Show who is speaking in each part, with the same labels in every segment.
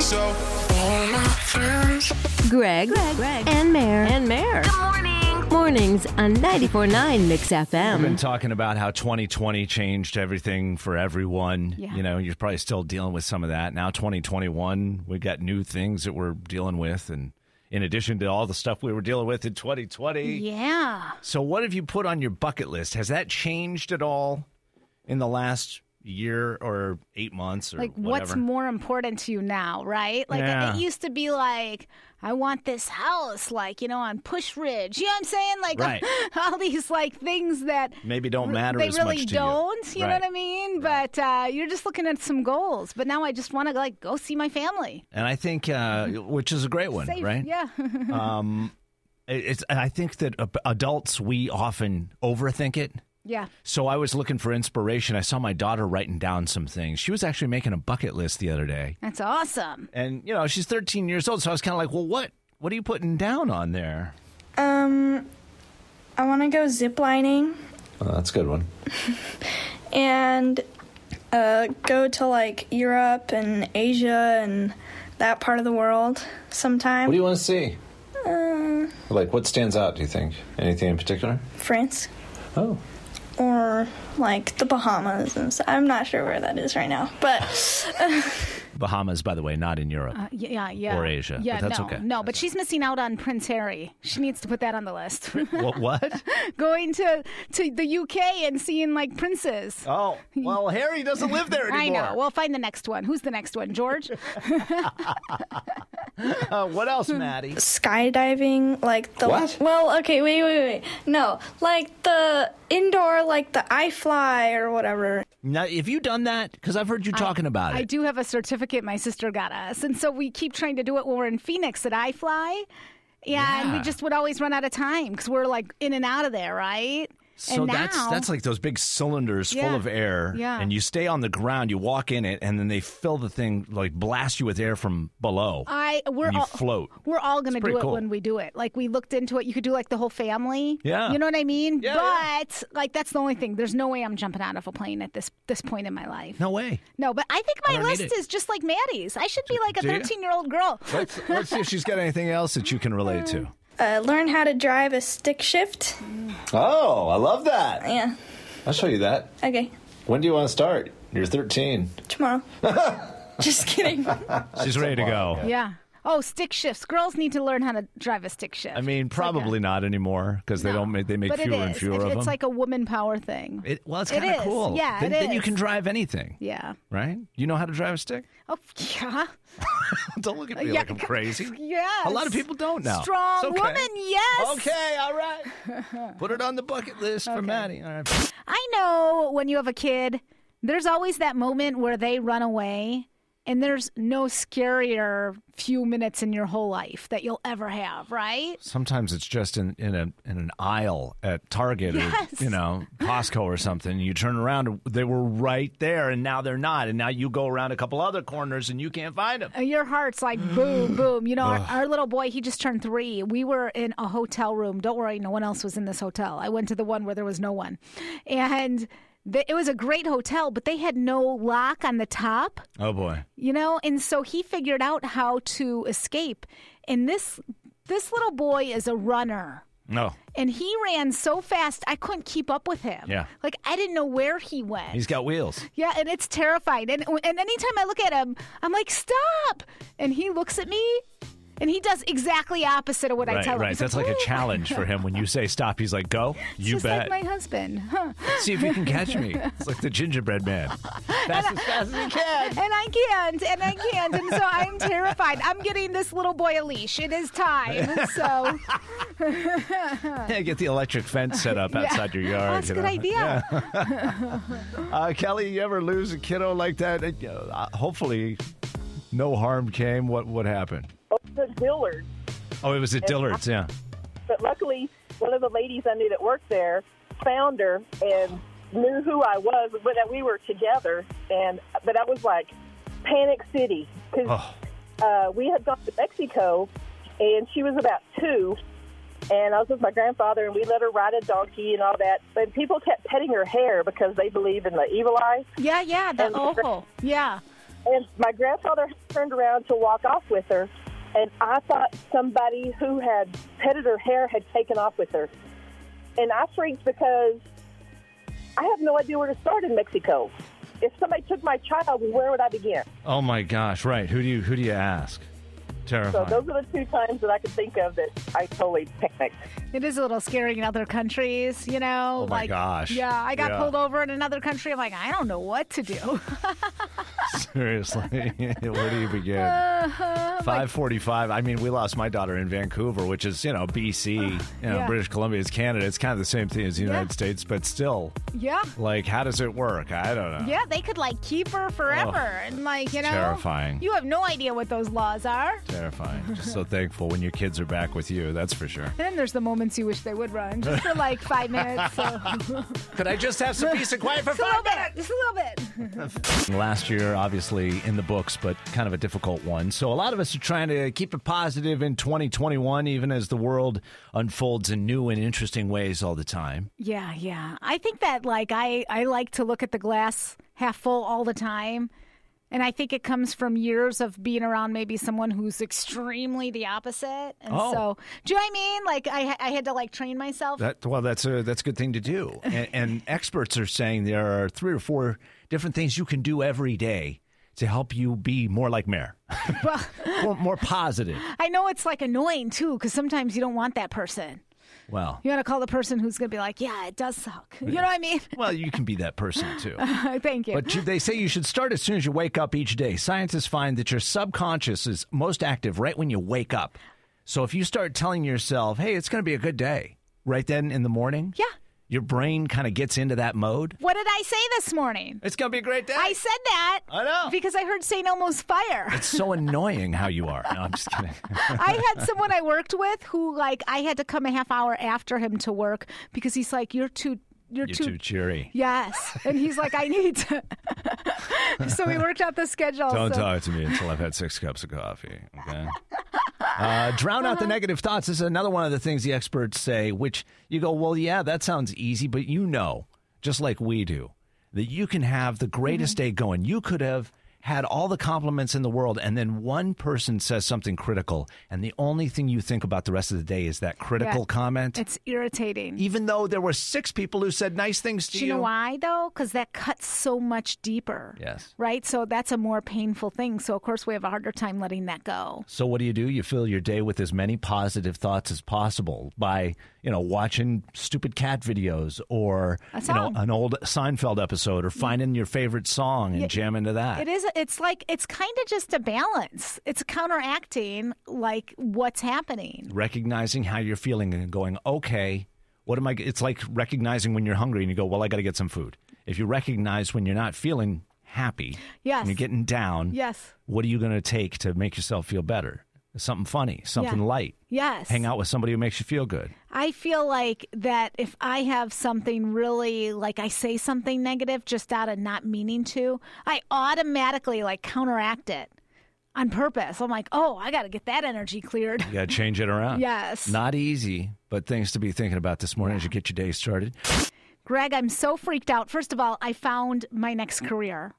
Speaker 1: so. All my friends.
Speaker 2: Greg, Greg, and Mayor, and Mayor. Mornings on 94.9 Mix
Speaker 3: We've been
Speaker 2: FM.
Speaker 3: talking about how 2020 changed everything for everyone. You know, you're probably still dealing with some of that. Now, 2021, we got new things that we're dealing with. And in addition to all the stuff we were dealing with in 2020.
Speaker 4: Yeah.
Speaker 3: So, what have you put on your bucket list? Has that changed at all in the last year or eight months or
Speaker 4: Like, what's
Speaker 3: whatever?
Speaker 4: more important to you now, right? Like,
Speaker 3: Yeah.
Speaker 4: it used to be like, I want this house, like, you know, on Push Ridge. You know what I'm saying? Like,
Speaker 3: Right.
Speaker 4: all these, like, things that
Speaker 3: Maybe don't
Speaker 4: r-
Speaker 3: matter
Speaker 4: they
Speaker 3: as
Speaker 4: really
Speaker 3: much to you.
Speaker 4: don't. You, know
Speaker 3: Right.
Speaker 4: what I mean? But uh, you're just looking at some goals. But now I just want to, like, go see my family.
Speaker 3: And I think, uh, which is a great one,
Speaker 4: Safe.
Speaker 3: right?
Speaker 4: Yeah.
Speaker 3: Um, it's, and I think that uh, adults, we often overthink it.
Speaker 4: yeah.
Speaker 3: So I was looking for inspiration. I saw my daughter writing down some things. She was actually making a bucket list the other day.
Speaker 4: That's awesome.
Speaker 3: And, you know, she's 13 years old. So I was kind of like, well, what? What are you putting down on there?
Speaker 5: Um, I want to go ziplining
Speaker 6: Uh,
Speaker 3: Oh, that's a good one.
Speaker 5: and uh, go to like Europe and Asia and that part of the world sometime.
Speaker 6: What do you want to see?
Speaker 4: Uh.
Speaker 6: like, what stands out, do you think? Anything in particular?
Speaker 5: France
Speaker 6: Oh.
Speaker 5: or like the Bahamas. And so I'm not sure where that is right now, but
Speaker 3: Bahamas, by the way, not in Europe.
Speaker 4: Uh, y- yeah. Yeah.
Speaker 3: Or Asia, but
Speaker 4: Yeah.
Speaker 3: that's
Speaker 4: no.
Speaker 3: okay.
Speaker 4: No, but she's missing out on Prince Harry. She needs to put that on the list.
Speaker 3: what? what?
Speaker 4: Going to, to the UK and seeing, like, princes.
Speaker 3: Oh, well, Harry doesn't live there
Speaker 4: I
Speaker 3: anymore.
Speaker 4: know. We'll find the next one. Who's the next one? George?
Speaker 3: Uh, what else,
Speaker 4: Hmm.
Speaker 3: Maddie?
Speaker 5: skydiving, like the
Speaker 6: What?
Speaker 5: well, okay, wait, wait, wait, no, like the indoor, like the I fly or whatever.
Speaker 3: Now, have you done that? Because I've heard you talking about it.
Speaker 4: I do have a certificate my sister got us. And so we keep trying to do it when we're in Phoenix at iFly. Yeah, and we
Speaker 3: Yeah.
Speaker 4: just would always run out of time because we're like in and out of there, right?
Speaker 3: So
Speaker 4: and now,
Speaker 3: that's that's like those big cylinders full
Speaker 4: Yeah.
Speaker 3: of air,
Speaker 4: Yeah.
Speaker 3: and you stay on the ground, you walk in it, and then they fill the thing like blast you with air from below.
Speaker 4: I we're
Speaker 3: and you
Speaker 4: all
Speaker 3: float.
Speaker 4: we're all gonna
Speaker 3: pretty
Speaker 4: do it
Speaker 3: cool.
Speaker 4: when we do it. Like we looked into it. You could do like the whole family.
Speaker 3: Yeah.
Speaker 4: You know what I mean?
Speaker 3: Yeah, yeah.
Speaker 4: but like that's the only thing. There's no way I'm jumping out of a plane at this this point in my life.
Speaker 3: No way.
Speaker 4: No, but I think
Speaker 3: I
Speaker 4: my
Speaker 3: don't need
Speaker 4: list
Speaker 3: it.
Speaker 4: is just like Maddie's. I should be like a
Speaker 3: Do you?
Speaker 4: 13 year old girl.
Speaker 3: Let's let's see if she's got anything else that you can relate to.
Speaker 5: Uh, learn how to drive a stick shift.
Speaker 4: Uh,
Speaker 6: Oh, I love that.
Speaker 5: Yeah.
Speaker 6: I'll show you that.
Speaker 5: Okay.
Speaker 6: When do you want to start? You're 13.
Speaker 5: Tomorrow. Just kidding.
Speaker 3: She's ready to go.
Speaker 4: Yeah. Oh, stick shifts. Girls need to learn how to drive a stick shift.
Speaker 3: I mean, probably not anymore because they don't make they make
Speaker 4: but
Speaker 3: fewer
Speaker 4: it is.
Speaker 3: and fewer
Speaker 4: It-
Speaker 3: of
Speaker 4: it's
Speaker 3: them.
Speaker 4: like a woman power thing.
Speaker 3: It- well, it's
Speaker 4: It
Speaker 3: kind of
Speaker 4: is.
Speaker 3: cool.
Speaker 4: Yeah,
Speaker 3: then,
Speaker 4: it
Speaker 3: then you
Speaker 4: is.
Speaker 3: can drive anything,
Speaker 4: yeah.
Speaker 3: right? You know how to drive a stick?
Speaker 4: Oh, yeah.
Speaker 3: don't look at me
Speaker 4: Yeah,
Speaker 3: like I'm
Speaker 4: c-
Speaker 3: crazy.
Speaker 4: Yes.
Speaker 3: A lot of people don't now.
Speaker 4: Strong
Speaker 3: It's okay.
Speaker 4: woman, yes.
Speaker 3: Okay, all right. Put it on the bucket list for Maddie. All right.
Speaker 4: I know when you have a kid, there's always that moment where they run away, and there's no scarier few minutes in your whole life that you'll ever have, right?
Speaker 3: Sometimes it's just in, in a in an aisle at Target
Speaker 4: Yes.
Speaker 3: or you know Costco or something. You turn around, and they were right there, and now they're not. And now you go around a couple other corners and you can't find them.
Speaker 4: Uh, Your heart's like boom, boom. You know, our, our little boy, he just turned three. We were in a hotel room. Don't worry, no one else was in this hotel. I went to the one where there was no one. And the, it was a great hotel, but they had no lock on the top,
Speaker 3: Oh boy.
Speaker 4: you know? And so he figured out how to escape. And this this little boy is a runner.
Speaker 3: No,
Speaker 4: And he ran so fast, I couldn't keep up with him.
Speaker 3: Yeah.
Speaker 4: Like, I didn't know where he went.
Speaker 3: he's got wheels.
Speaker 4: Yeah, and it's terrifying. And and anytime I look at him, I'm like, stop! And he looks at me, and he does exactly opposite of what I
Speaker 3: Right,
Speaker 4: tell him.
Speaker 3: right.
Speaker 4: He's
Speaker 3: That's like a
Speaker 4: "Ooh."
Speaker 3: challenge for him. When you say stop, he's like, "Go." You
Speaker 4: Just
Speaker 3: bet.
Speaker 4: like my husband. Huh.
Speaker 3: See if you can catch me. It's like the gingerbread man. Fast as fast as he can.
Speaker 4: And I can't, and I can't, and so I'm terrified. I'm getting this little boy a leash. It is time. So oh,
Speaker 3: Yeah, get the electric fence set up outside your yard.
Speaker 4: that's
Speaker 3: you
Speaker 4: a good
Speaker 3: know?
Speaker 4: idea.
Speaker 3: Uh, Kelly, you ever lose a kiddo like that? Uh, uh, hopefully, no harm came. What what happened?
Speaker 7: the Dillards.
Speaker 3: Oh, it was at Dillard's. Yeah.
Speaker 7: But luckily, one of the ladies I knew that worked there found her and knew who I was, but that we were together. And but I was like panic city
Speaker 3: Oh.
Speaker 7: because uh, we had gone to Mexico, and she was about two. And I was with my grandfather, and we let her ride a donkey and all that. But people kept petting her hair because they believe in the evil eye.
Speaker 4: Yeah, yeah, the
Speaker 7: And-
Speaker 4: awful. Yeah.
Speaker 7: And my grandfather turned around to walk off with her, and I thought somebody who had petted her hair had taken off with her. And I freaked because I have no idea where to start in Mexico. If somebody took my child, where would I begin?
Speaker 3: Oh my gosh! Right? Who do you who do you ask?
Speaker 7: So
Speaker 3: Terrifying.
Speaker 7: those are the two times that I could think of that I totally panicked.
Speaker 4: It is a little scary in other countries, you know.
Speaker 3: Oh, my
Speaker 4: like,
Speaker 3: gosh.
Speaker 4: Yeah, I got
Speaker 3: Yeah.
Speaker 4: pulled over in another country. I'm like, I don't know what to do.
Speaker 3: Seriously, where do you begin?
Speaker 4: Uh-huh,
Speaker 3: Five forty-five. I mean, we lost my daughter in Vancouver, which is you know BC, you know
Speaker 4: Uh, yeah.
Speaker 3: British Columbia is Canada. It's kind of the same thing as the United States, but still,
Speaker 4: yeah,
Speaker 3: like, how does it work? I don't know.
Speaker 4: yeah, they could like keep her forever, and like you know,
Speaker 3: terrifying.
Speaker 4: You have no idea what those laws are.
Speaker 3: Terrifying. Just so thankful when your kids are back with you. That's for sure.
Speaker 4: And then there's the moments you wish they would run, just for like five minutes. So.
Speaker 3: Could I just have some peace and quiet for
Speaker 4: just a little bit, just a little bit.
Speaker 3: Last year, obviously in the books, but kind of a difficult one. So, a lot of us are trying to keep it positive in 2021, even as the world unfolds in new and interesting ways all the time.
Speaker 4: Yeah, yeah. I think that like I I like to look at the glass half full all the time. And I think it comes from years of being around maybe someone who's extremely the opposite. And
Speaker 3: Oh.
Speaker 4: so, do you know what I mean? Like I ha- I had to like train myself.
Speaker 3: That well, that's a that's a good thing to do. And, and experts are saying there are three or four different things you can do every day to help you be more like Mayor, more, more positive.
Speaker 4: I know it's like annoying too cuz sometimes you don't want that person.
Speaker 3: Well,
Speaker 4: You want to call the person who's going to be like, "Yeah, it does suck." You know what I mean?
Speaker 3: well, you can be that person too.
Speaker 4: Thank you.
Speaker 3: But you- they say you should start as soon as you wake up each day. Scientists find that your subconscious is most active right when you wake up. So if you start telling yourself, hey, it's going to be a good day, right then in the morning,
Speaker 4: yeah.
Speaker 3: your brain kind of gets into that mode.
Speaker 4: What did I say this morning?
Speaker 3: It's going to be a great day.
Speaker 4: I said that
Speaker 3: I know.
Speaker 4: because I heard St. Elmo's fire.
Speaker 3: it's so annoying how you are. No, I'm just kidding.
Speaker 4: I had someone I worked with who like I had to come a half hour after him to work because he's like, You're too you're,
Speaker 3: You're too cheery.
Speaker 4: Yes. And he's like, I need to So we worked out the schedule.
Speaker 3: Don't
Speaker 4: so-
Speaker 3: talk to me until I've had six cups of coffee. Okay. Uh, drown out the
Speaker 4: Uh-huh.
Speaker 3: negative thoughts is another one of the things the experts say, which you go, well, yeah, that sounds easy, but you know, just like we do, that you can have the greatest
Speaker 4: Mm-hmm.
Speaker 3: day going. You could have had all the compliments in the world, and then one person says something critical, and the only thing you think about the rest of the day is that critical
Speaker 4: Yeah.
Speaker 3: comment.
Speaker 4: It's irritating.
Speaker 3: Even though there were six people who said nice things to
Speaker 4: Do you know why though? Because that cuts so much deeper.
Speaker 3: Yes.
Speaker 4: Right? So that's a more painful thing. So of course we have a harder time letting that go.
Speaker 3: So what do you do? You fill your day with as many positive thoughts as possible by, you know, watching stupid cat videos or you know
Speaker 4: song.
Speaker 3: an old Seinfeld episode or finding your favorite song and jamming to that.
Speaker 4: It is it's like it's kind of just a balance. It's counteracting like what's happening.
Speaker 3: Recognizing how you're feeling and going, "Okay, what am I g-" it's like recognizing when you're hungry and you go, "Well, I got to get some food." If you recognize when you're not feeling happy,
Speaker 4: Yes.
Speaker 3: and you're getting down,
Speaker 4: Yes.
Speaker 3: what are you going to take to make yourself feel better? Something funny, something
Speaker 4: Yeah.
Speaker 3: light.
Speaker 4: Yes.
Speaker 3: Hang out with somebody who makes you feel good.
Speaker 4: I feel like that if I have something really like I say something negative just out of not meaning to, I automatically like counteract it on purpose. I'm like, oh, I got to get that energy cleared.
Speaker 3: You got to change it around.
Speaker 4: Yes.
Speaker 3: Not easy, but things to be thinking about this morning as you get your day started.
Speaker 4: Greg, I'm so freaked out. First of all, I found my next career.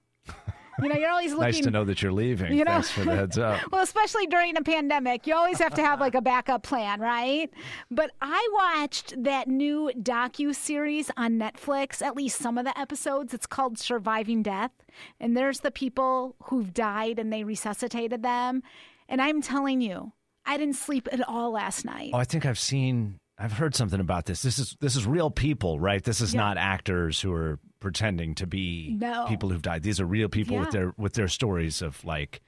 Speaker 4: You know, you're always looking.
Speaker 3: Nice to know that you're leaving.
Speaker 4: You know-
Speaker 3: Thanks for the heads up.
Speaker 4: Well, especially during a pandemic, you always have to have like a backup plan, right? But I watched that new docu series on Netflix, at least some of the episodes. It's called Surviving Death, and there's the people who've died and they resuscitated them. And I'm telling you, I didn't sleep at all last night.
Speaker 3: Oh, I think I've seen I've heard something about this. This is this is real people, right? This is not actors who are pretending to be
Speaker 4: No.
Speaker 3: people who've died. These are real people with
Speaker 4: Yeah.
Speaker 3: their with their stories of like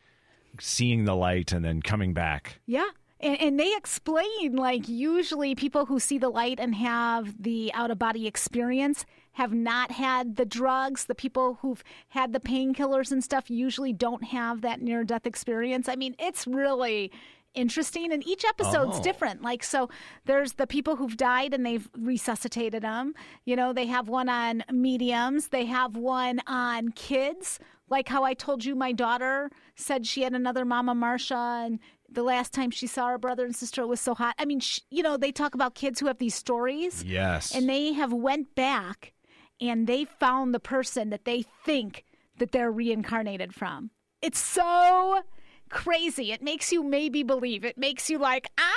Speaker 3: seeing the light and then coming back.
Speaker 4: Yeah. And, and they explain like usually people who see the light and have the out of body experience have not had the drugs. The people who've had the painkillers and stuff usually don't have that near death experience. I mean, it's really interesting and each episode's
Speaker 3: Oh.
Speaker 4: different like so there's the people who've died and they've resuscitated them you know they have one on mediums they have one on kids like how i told you my daughter said she had another mama marsha and the last time she saw her brother and sister it was so hot i mean sh you know they talk about kids who have these stories
Speaker 3: Yes.
Speaker 4: and they have went back and they found the person that they think that they're reincarnated from It's so crazy. It makes you maybe believe. It makes you like, ah,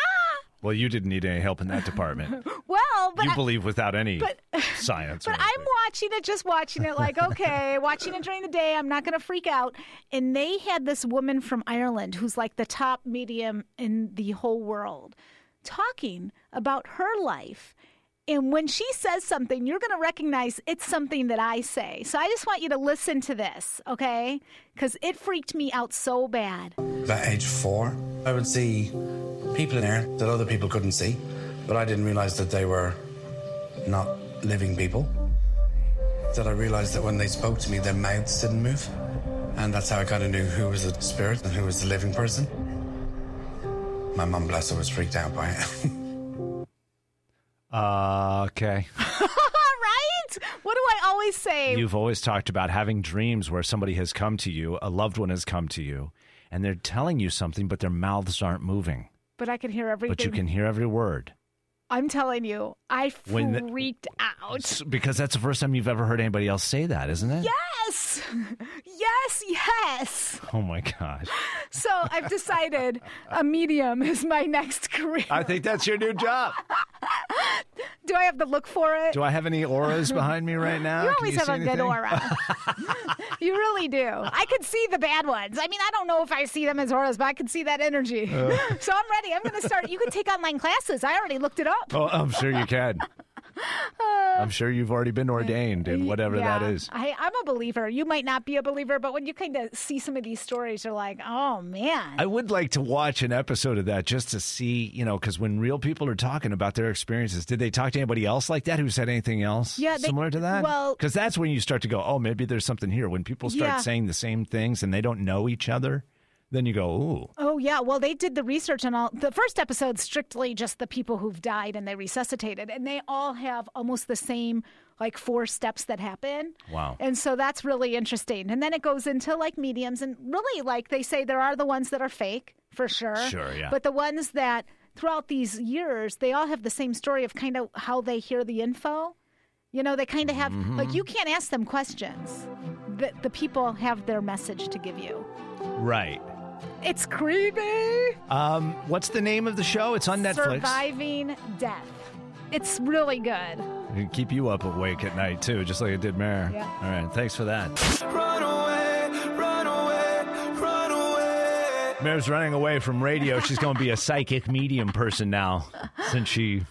Speaker 3: Well, you didn't need any help in that department.
Speaker 4: well, but
Speaker 3: you
Speaker 4: I-
Speaker 3: believe without any
Speaker 4: but-
Speaker 3: science. or
Speaker 4: But I'm
Speaker 3: anything.
Speaker 4: watching it, just watching it, like, okay, watching it during the day. I'm not going to freak out. And they had this woman from Ireland who's like the top medium in the whole world talking about her life. And when she says something, you're going to recognize it's something that I say. So I just want you to listen to this, okay? Because it freaked me out so bad.
Speaker 8: At age four, I would see people in there that other people couldn't see, but I didn't realize that they were not living people. That I realized that when they spoke to me, their mouths didn't move, and that's how I kind of knew who was the spirit and who was the living person. My mum, bless her, was freaked out by it.
Speaker 3: Uh, okay.
Speaker 4: right? What do I always say?
Speaker 3: You've always talked about having dreams where somebody has come to you, a loved one has come to you, and they're telling you something, but their mouths aren't moving,
Speaker 4: but I can hear everything.
Speaker 3: but you can hear every word.
Speaker 4: I'm telling you, I
Speaker 3: When the-
Speaker 4: freaked out.
Speaker 3: S- Because that's the first time you've ever heard anybody else say that, isn't it?
Speaker 4: Yes, yes, yes.
Speaker 3: Oh my gosh.
Speaker 4: So I've decided a medium is my next career.
Speaker 3: I think that's your new job.
Speaker 4: Do I have to look for it?
Speaker 3: Do I have any auras behind me right now?
Speaker 4: you
Speaker 3: Can
Speaker 4: always
Speaker 3: see
Speaker 4: have a good
Speaker 3: anything?
Speaker 4: aura. you really do. I could see the bad ones. I mean, I don't know if I see them as auras, but I can see that energy.
Speaker 3: Uh.
Speaker 4: so I'm ready. I'm going to start. You can take online classes. I already looked it up.
Speaker 3: Oh, I'm sure you can. I'm sure you've already been ordained in whatever
Speaker 4: Uh, Yeah.
Speaker 3: that is.
Speaker 4: I, I'm a believer. You might not be a believer, but when you kind of see some of these stories, you're like, oh man.
Speaker 3: I would like to watch an episode of that just to see, you know, because when real people are talking about their experiences, did they talk to anybody else like that who said anything else
Speaker 4: Yeah, they-
Speaker 3: similar to that?
Speaker 4: well-
Speaker 3: because that's when you start to go, oh, maybe there's something here. When people start
Speaker 4: Yeah.
Speaker 3: saying the same things and they don't know each other, then you go, ooh,
Speaker 4: Oh yeah, well they did the research and all. The first episode's strictly just the people who've died and they resuscitated, and they all have almost the same like four steps that happen.
Speaker 3: Wow.
Speaker 4: And so that's really interesting. And then it goes into like mediums, and really like they say there are the ones that are fake for sure.
Speaker 3: Sure, yeah.
Speaker 4: But the ones that throughout these years they all have the same story of kind of how they hear the info. You know, they kind of have
Speaker 3: Mm-hmm.
Speaker 4: like you can't ask them questions. The, the people have their message to give you.
Speaker 3: right.
Speaker 4: It's creepy.
Speaker 3: Um, what's the name of the show? It's on Netflix.
Speaker 4: Surviving Death. It's really good.
Speaker 3: It'll keep you up awake at night too, just like it did Mare.
Speaker 4: Yeah.
Speaker 3: All right, thanks for that.
Speaker 9: Run away, run away, run away.
Speaker 3: Mare's running away from radio. She's going to be a psychic medium person now, since she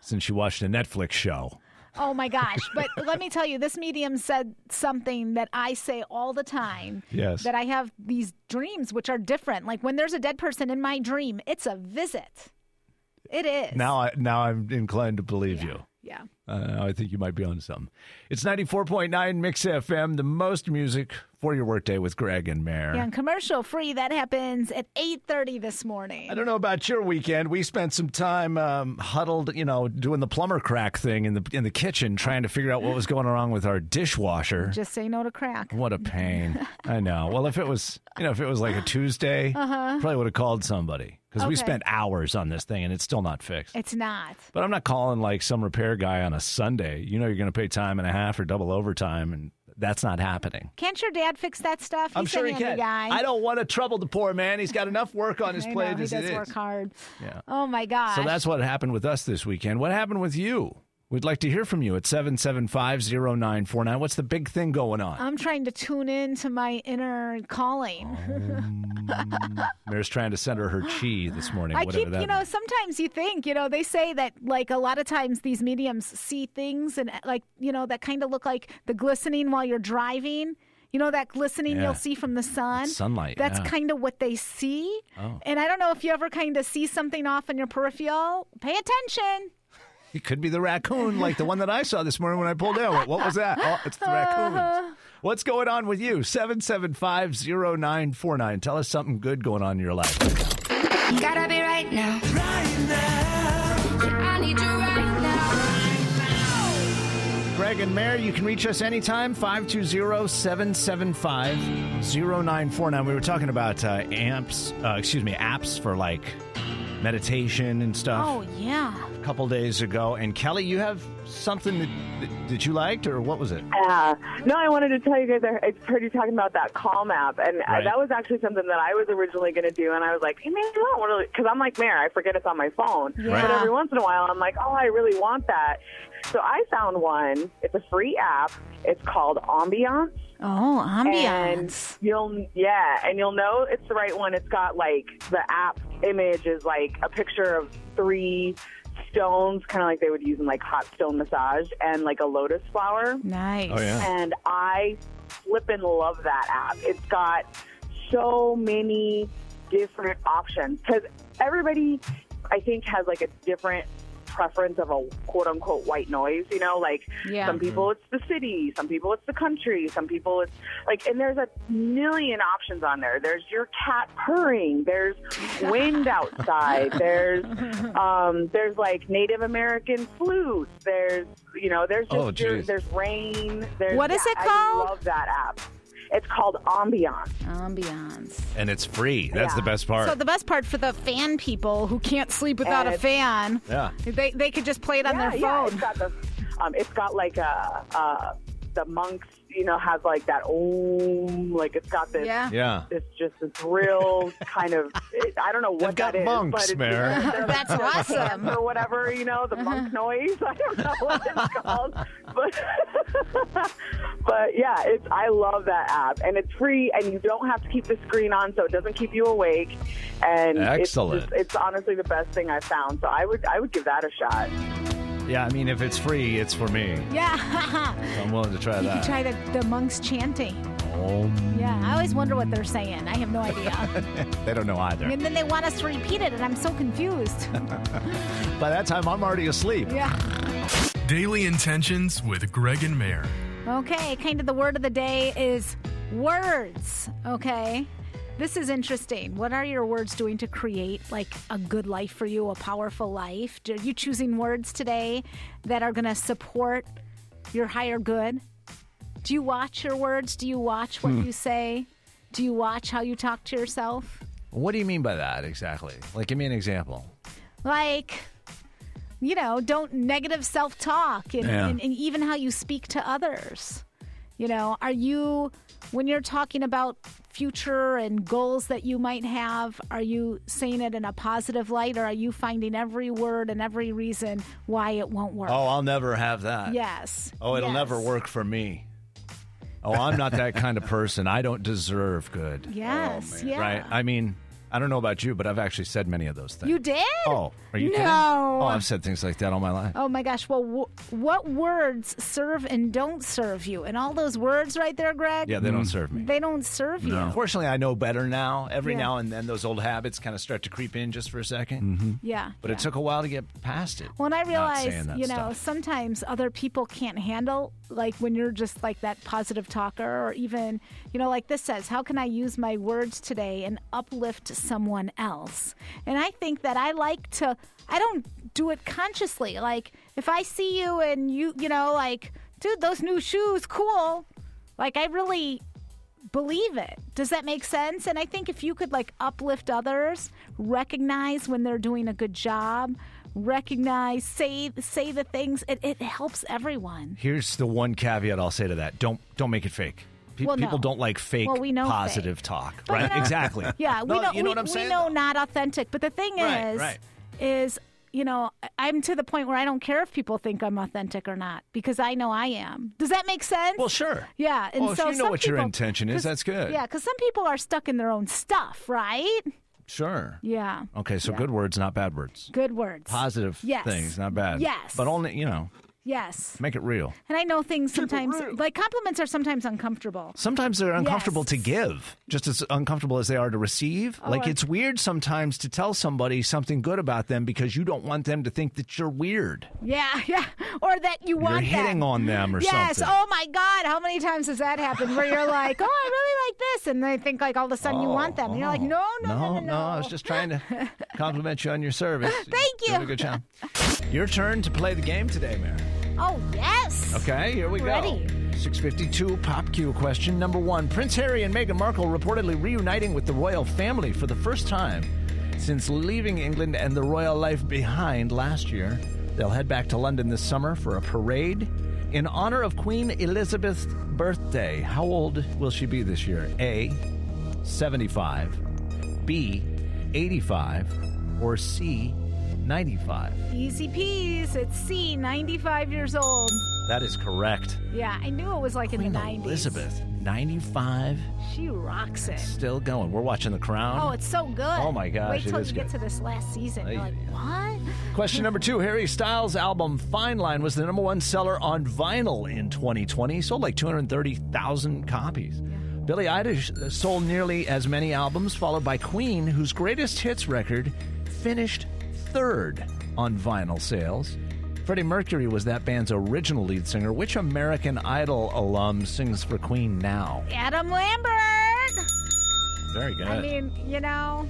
Speaker 3: since she watched a Netflix show.
Speaker 4: Oh my gosh. But let me tell you, this medium said something that I say all the time.
Speaker 3: Yes.
Speaker 4: That I have these dreams which are different. Like when there's a dead person in my dream, it's a visit. It is.
Speaker 3: Now, I, now I'm inclined to believe you.
Speaker 4: Yeah.
Speaker 3: Uh, I think you might be on something. It's 94.9 Mix FM, the most music for your workday with Greg and Mare.
Speaker 4: Yeah, and commercial free that happens at 8:30 this morning.
Speaker 3: I don't know about your weekend. We spent some time um, huddled, you know, doing the plumber crack thing in the in the kitchen, trying to figure out what was going wrong with our dishwasher.
Speaker 4: Just say no to crack.
Speaker 3: What a pain. I know. Well, if it was, you know, if it was like a Tuesday, probably would have called somebody because we
Speaker 4: Uh-huh. Okay.
Speaker 3: spent hours on this thing and it's still not fixed.
Speaker 4: It's not.
Speaker 3: But I'm not calling like some repair guy on a Sunday. You know, you're going to pay time and a half or double overtime, and that's not happening.
Speaker 4: Can't your dad fix that stuff?
Speaker 3: I'm
Speaker 4: He's
Speaker 3: sure
Speaker 4: a
Speaker 3: he
Speaker 4: handy
Speaker 3: can.
Speaker 4: guy.
Speaker 3: I don't want to trouble the poor man. He's got enough work on his
Speaker 4: I know,
Speaker 3: plate
Speaker 4: he
Speaker 3: as
Speaker 4: does
Speaker 3: it
Speaker 4: work
Speaker 3: is.
Speaker 4: hard.
Speaker 3: Yeah.
Speaker 4: Oh my gosh.
Speaker 3: So that's what happened with us this weekend. What happened with you? We'd like to hear from you at 7750949. What's the big thing going on?
Speaker 4: I'm trying to tune in to my inner calling.
Speaker 3: Oh, Mayor's trying to send her her chi this morning.
Speaker 4: I
Speaker 3: whatever
Speaker 4: keep,
Speaker 3: that
Speaker 4: you know, sometimes you think, you know, they say that like a lot of times these mediums see things and uh, like, you know, that kind of look like the glistening while you're driving. You know, that glistening
Speaker 3: Yeah.
Speaker 4: you'll see from the sun.
Speaker 3: It's sunlight,
Speaker 4: That's
Speaker 3: yeah.
Speaker 4: kind of what they see.
Speaker 3: Oh.
Speaker 4: And I don't know if you ever kind of see something off in your peripheral. Pay attention.
Speaker 3: It could be the raccoon, like the one that I saw this morning when I pulled in. I went, what was that? Oh, it's the raccoons. What's going on with you? 7750949. Tell us something good going on in your life.
Speaker 1: Gotta be right now.
Speaker 9: Right now,
Speaker 1: I need you right now.
Speaker 3: Greg and Mayor, you can reach us anytime, 520-775-0949. We were talking about uh, amps, uh, excuse me, apps for like meditation and stuff
Speaker 4: Oh, yeah.
Speaker 3: a couple days ago. And Kelly, you have something that, that, that you liked, or what was it?
Speaker 10: Yeah. No, I wanted to tell you guys. I I heard you talking about that calm app, and uh
Speaker 3: Right.
Speaker 10: that was actually something that I was originally going to do. And I was like, hey, man, I don't want to, because I'm like, Mayor, I forget it's on my phone.
Speaker 4: Yeah.
Speaker 10: But every once in a while, I'm like, oh, I really want that. So I found one. It's a free app. It's called Ambiance.
Speaker 4: Oh,
Speaker 10: And
Speaker 4: ambiance.
Speaker 10: you'll yeah, and you'll know it's the right one. It's got like the app image is like a picture of three stones, kind of like they would use in like hot stone massage, and like a lotus flower
Speaker 4: Nice.
Speaker 3: Oh, yeah.
Speaker 10: and I flippin' love that app. It's got so many different options because everybody, I think, has like a different preference of a quote unquote white noise. You know, like
Speaker 4: Yeah.
Speaker 10: some people it's the city, some people it's the country, some people it's like, and there's a million options on there. There's your cat purring, there's wind outside, there's um, there's like Native American flutes, there's you know, there's just
Speaker 3: Oh,
Speaker 10: your-
Speaker 3: geez.
Speaker 10: there's rain. There's,
Speaker 4: What is it
Speaker 10: I
Speaker 4: called?
Speaker 10: love that app. It's called Ambiance.
Speaker 4: Ambiance.
Speaker 3: And it's free. That's
Speaker 10: Yeah.
Speaker 3: the best part.
Speaker 4: So the best part for the fan people who can't sleep without a
Speaker 10: And-
Speaker 4: fan,
Speaker 3: Yeah.
Speaker 4: they they could just play it on
Speaker 10: yeah,
Speaker 4: their
Speaker 10: yeah,
Speaker 4: phone.
Speaker 10: it's got the, um, it's got like a, uh, the monks, you know, has like that ohm, like it's got this.
Speaker 4: Yeah.
Speaker 3: yeah.
Speaker 10: It's just this real kind of, it, I don't know what
Speaker 3: They've got
Speaker 10: that is,
Speaker 3: monks,
Speaker 10: but it's
Speaker 3: Mare.
Speaker 10: just- they're like
Speaker 4: That's awesome.
Speaker 10: or whatever, you know, the monk noise. I don't know what it's called. But but yeah, it's I love that app and it's free and you don't have to keep the screen on so it doesn't keep you awake. And
Speaker 3: Excellent.
Speaker 10: it's, just, it's honestly the best thing I've found. So I would I would give that a shot.
Speaker 3: Yeah, I mean, if it's free, it's for me.
Speaker 4: Yeah.
Speaker 3: So I'm willing to try
Speaker 4: you can
Speaker 3: that.
Speaker 4: try the, the monks chanting.
Speaker 3: Om.
Speaker 4: Yeah. I always wonder what they're saying. I have no idea.
Speaker 3: They don't know either.
Speaker 4: and then they want us to repeat it, and I'm so confused.
Speaker 3: By that time, I'm already asleep.
Speaker 4: yeah.
Speaker 9: Daily Intentions with Greg and Mayor.
Speaker 4: Okay, kind of the word of the day is words. Okay. This is interesting. What are your words doing to create like a good life for you, a powerful life? Are you choosing words today that are going to support your higher good? Do you watch your words? Do you watch what you say? Do you watch how you talk to yourself?
Speaker 3: What do you mean by that exactly? Like, give me an example.
Speaker 4: like you know don't negative self-talk and,
Speaker 3: Yeah.
Speaker 4: and, and even how you speak to others you know are you when you're talking about future and goals that you might have are you saying it in a positive light or are you finding every word and every reason why it won't work
Speaker 3: Oh, I'll never have that.
Speaker 4: yes
Speaker 3: Oh, it'll
Speaker 4: Yes.
Speaker 3: never work for me. Oh, I'm not that kind of person. I don't deserve good.
Speaker 4: yes yeah
Speaker 3: Oh, Right? I mean, I don't know about you, but I've actually said many of those things.
Speaker 4: you did
Speaker 3: Oh, are you kidding?
Speaker 4: No.
Speaker 3: Oh, I've said things like that all my life.
Speaker 4: Oh my gosh. Well, w- what words serve and don't serve you? And all those words right there, Greg,
Speaker 3: Yeah, they don't serve me.
Speaker 4: they don't serve you.
Speaker 3: Fortunately, I know better now. Every
Speaker 4: Mm-hmm. Yeah.
Speaker 3: now and then, those old habits kind of start to creep in just for a 2nd
Speaker 4: Mm-hmm. Yeah.
Speaker 3: But it took a while to get past it.
Speaker 4: When I
Speaker 3: Not saying
Speaker 4: realize,
Speaker 3: that
Speaker 4: you know,
Speaker 3: stuff.
Speaker 4: sometimes other people can't handle, like when you're just like that positive talker, or even, you know, like this says, how can I use my words today and uplift someone else? And I think that I like to, I don't do it consciously. Like if I see you and you, you know, like, dude, those new shoes, cool. Like I really believe it. Does that make sense? And I think if you could like uplift others, recognize when they're doing a good job, recognize, say say the things, it, it helps everyone.
Speaker 3: Here's the one caveat I'll say to that: don't don't make it fake. Pe-
Speaker 4: Well, no.
Speaker 3: People don't like fake
Speaker 4: Well, we know
Speaker 3: positive talk,
Speaker 4: But
Speaker 3: right?
Speaker 4: you know-
Speaker 3: exactly.
Speaker 4: Yeah, we
Speaker 3: No,
Speaker 4: know,
Speaker 3: you know
Speaker 4: we,
Speaker 3: what I'm
Speaker 4: we
Speaker 3: saying,
Speaker 4: know
Speaker 3: though.
Speaker 4: not authentic. But the thing
Speaker 3: Right,
Speaker 4: is
Speaker 3: right.
Speaker 4: is you know, I- I'm to the point where I don't care if people think I'm authentic or not because I know I am. Does that make sense?
Speaker 3: Well, sure.
Speaker 4: Yeah, and
Speaker 3: Well, if
Speaker 4: so
Speaker 3: you know
Speaker 4: some
Speaker 3: what your
Speaker 4: people-
Speaker 3: intention is,
Speaker 4: 'cause-
Speaker 3: that's good.
Speaker 4: Yeah, because some people are stuck in their own stuff, right?
Speaker 3: Sure.
Speaker 4: Yeah.
Speaker 3: Okay, so good words, not bad words.
Speaker 4: Good words.
Speaker 3: Positive
Speaker 4: Yes.
Speaker 3: things, not bad.
Speaker 4: Yes.
Speaker 3: But only you know,
Speaker 4: yes.
Speaker 3: make it real.
Speaker 4: And I know things sometimes, like compliments are sometimes uncomfortable.
Speaker 3: Sometimes they're uncomfortable
Speaker 4: Yes.
Speaker 3: to
Speaker 4: Oh,
Speaker 3: give, just as uncomfortable as they are to receive. like
Speaker 4: I-
Speaker 3: it's weird sometimes to tell somebody something good about them because you don't want them to think that you're weird.
Speaker 4: Yeah, yeah. Or that you
Speaker 3: You're
Speaker 4: want
Speaker 3: hitting
Speaker 4: them.
Speaker 3: on them or
Speaker 4: Yes.
Speaker 3: something.
Speaker 4: Oh my God. How many times has that happened where you're like, oh, I really like this, and they think like all of a sudden you want them, and you're like,
Speaker 3: Oh,
Speaker 4: no, no, no, no.
Speaker 3: no, I was just trying to compliment you on your service.
Speaker 4: Thank
Speaker 3: Doing
Speaker 4: you.
Speaker 3: a good job. Your turn to play the game today, Mayor.
Speaker 4: Oh yes.
Speaker 3: Okay, here we
Speaker 4: Ready.
Speaker 3: go. 652 Pop Q question number one. Prince Harry and Meghan Markle reportedly reuniting with the royal family for the first time Since leaving England and the royal life behind last year, they'll head back to London this summer for a parade in honor of Queen Elizabeth's birthday. How old will she be this year? A, 75, B, 85, or C, 95?
Speaker 4: Easy peas. It's C, 95 years old.
Speaker 3: That is correct.
Speaker 4: Yeah, I knew it was like in
Speaker 3: Queen
Speaker 4: the 90s.
Speaker 3: Elizabeth, 95,
Speaker 4: She rocks it.
Speaker 3: still going. We're watching The Crown.
Speaker 4: Oh, it's so good.
Speaker 3: Oh my gosh,
Speaker 4: Wait
Speaker 3: it
Speaker 4: till
Speaker 3: is
Speaker 4: you get
Speaker 3: good.
Speaker 4: to this last season. You're
Speaker 3: Ay,
Speaker 4: like, what?
Speaker 3: Question number two Harry Styles' album Fine Line was the number one seller on vinyl in 2020, sold like 230,000 copies. Billie Eilish sold nearly as many albums, followed by Queen, whose greatest hits record finished third on vinyl sales. Freddie Mercury was that band's original lead singer. Which American Idol alum sings for Queen now?
Speaker 4: Adam Lambert.
Speaker 3: Very good.
Speaker 4: I mean, you know,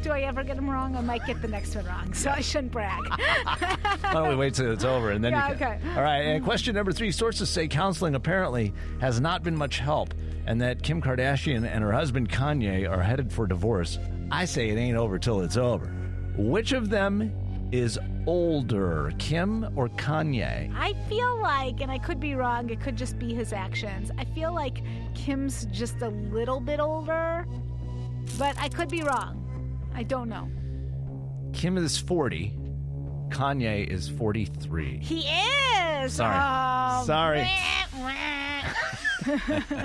Speaker 4: do I ever get them wrong? I might get the next one wrong, so I shouldn't brag.
Speaker 3: Why don't we wait till it's over and then
Speaker 4: Yeah,
Speaker 3: you can.
Speaker 4: okay.
Speaker 3: All right. And question number three: Sources say counseling apparently has not been much help, and that Kim Kardashian and her husband Kanye are headed for divorce. I say it ain't over till it's over. Which of them is older, Kim or Kanye?
Speaker 4: I feel like, and I could be wrong, it could just be his actions. I feel like Kim's just a little bit older, but I could be wrong. I don't know.
Speaker 3: Kim is forty. Kanye is forty-three.
Speaker 4: He is.
Speaker 3: Sorry.
Speaker 4: Um,
Speaker 3: Sorry.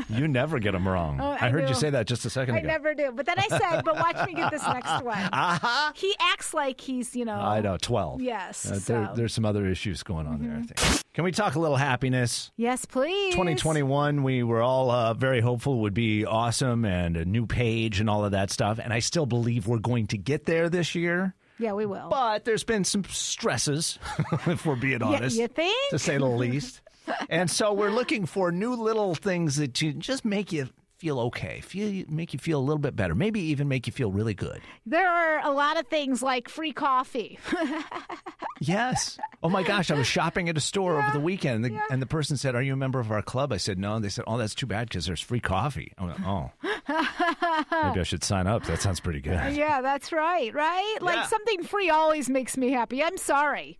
Speaker 3: You never get them wrong.
Speaker 4: Oh, I
Speaker 3: heard
Speaker 4: do.
Speaker 3: you say that just a second
Speaker 4: I
Speaker 3: ago.
Speaker 4: never do. But then I said, but watch me get this next one.
Speaker 3: Uh-huh.
Speaker 4: He acts like he's, you know.
Speaker 3: I know, 12.
Speaker 4: Oh. Yes,
Speaker 3: Uh, there-
Speaker 4: so- Mm-hmm.
Speaker 3: There's some other issues going on there, I think. Can we talk a little happiness?
Speaker 4: Yes, please.
Speaker 3: 2021, we were all uh, very hopeful would be awesome and a new page and all of that stuff. And I still believe we're going to get there this year.
Speaker 4: Yeah, we will.
Speaker 3: But there's been some stresses, if we're being honest,
Speaker 4: you think?
Speaker 3: to say the least. and so we're looking for new little things that you just make you feel okay, feel make you feel a little bit better, maybe even make you feel really good.
Speaker 4: There are a lot of things like free coffee.
Speaker 3: Yes. Oh my gosh, I was shopping at a store over the weekend, and the, and the person said, "Are you a member of our club?" I said, "No." And they said, "Oh, that's too bad because there's free coffee." I went, "Oh, maybe I should sign up. That sounds pretty good."
Speaker 4: yeah, that's right, right?
Speaker 3: Yeah.
Speaker 4: Like something free always makes me happy. I'm sorry.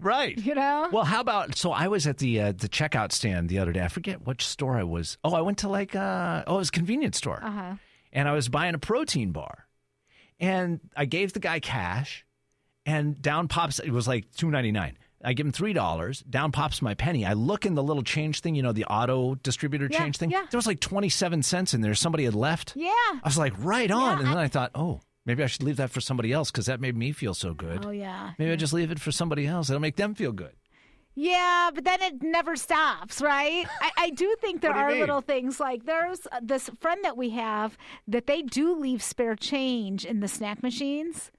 Speaker 3: Right.
Speaker 4: You know?
Speaker 3: Well, how about? So I was at the uh, the checkout stand the other day. I forget which store I was. Oh, I went to like uh, oh, it was a convenience store, uh-huh. and I was buying a protein bar, and I gave the guy cash, and down pops it was like two ninety nine. I give him three dollars. Down pops my penny. I look in the little change thing, you know, the auto distributor
Speaker 4: Yeah,
Speaker 3: change thing.
Speaker 4: yeah.
Speaker 3: There was like twenty seven cents in there. Somebody had left.
Speaker 4: Yeah.
Speaker 3: I was like, right on.
Speaker 4: Yeah,
Speaker 3: and then I, thought, oh, maybe I should leave that for somebody else because that made me feel so good.
Speaker 4: Oh, yeah.
Speaker 3: Maybe I just leave it for somebody else. It'll make them feel good.
Speaker 4: Yeah, but then it never stops, right? I, I do think there
Speaker 3: What do you
Speaker 4: are
Speaker 3: mean?
Speaker 4: little things like there's uh, this friend that we have that they do leave spare change in the snack machines.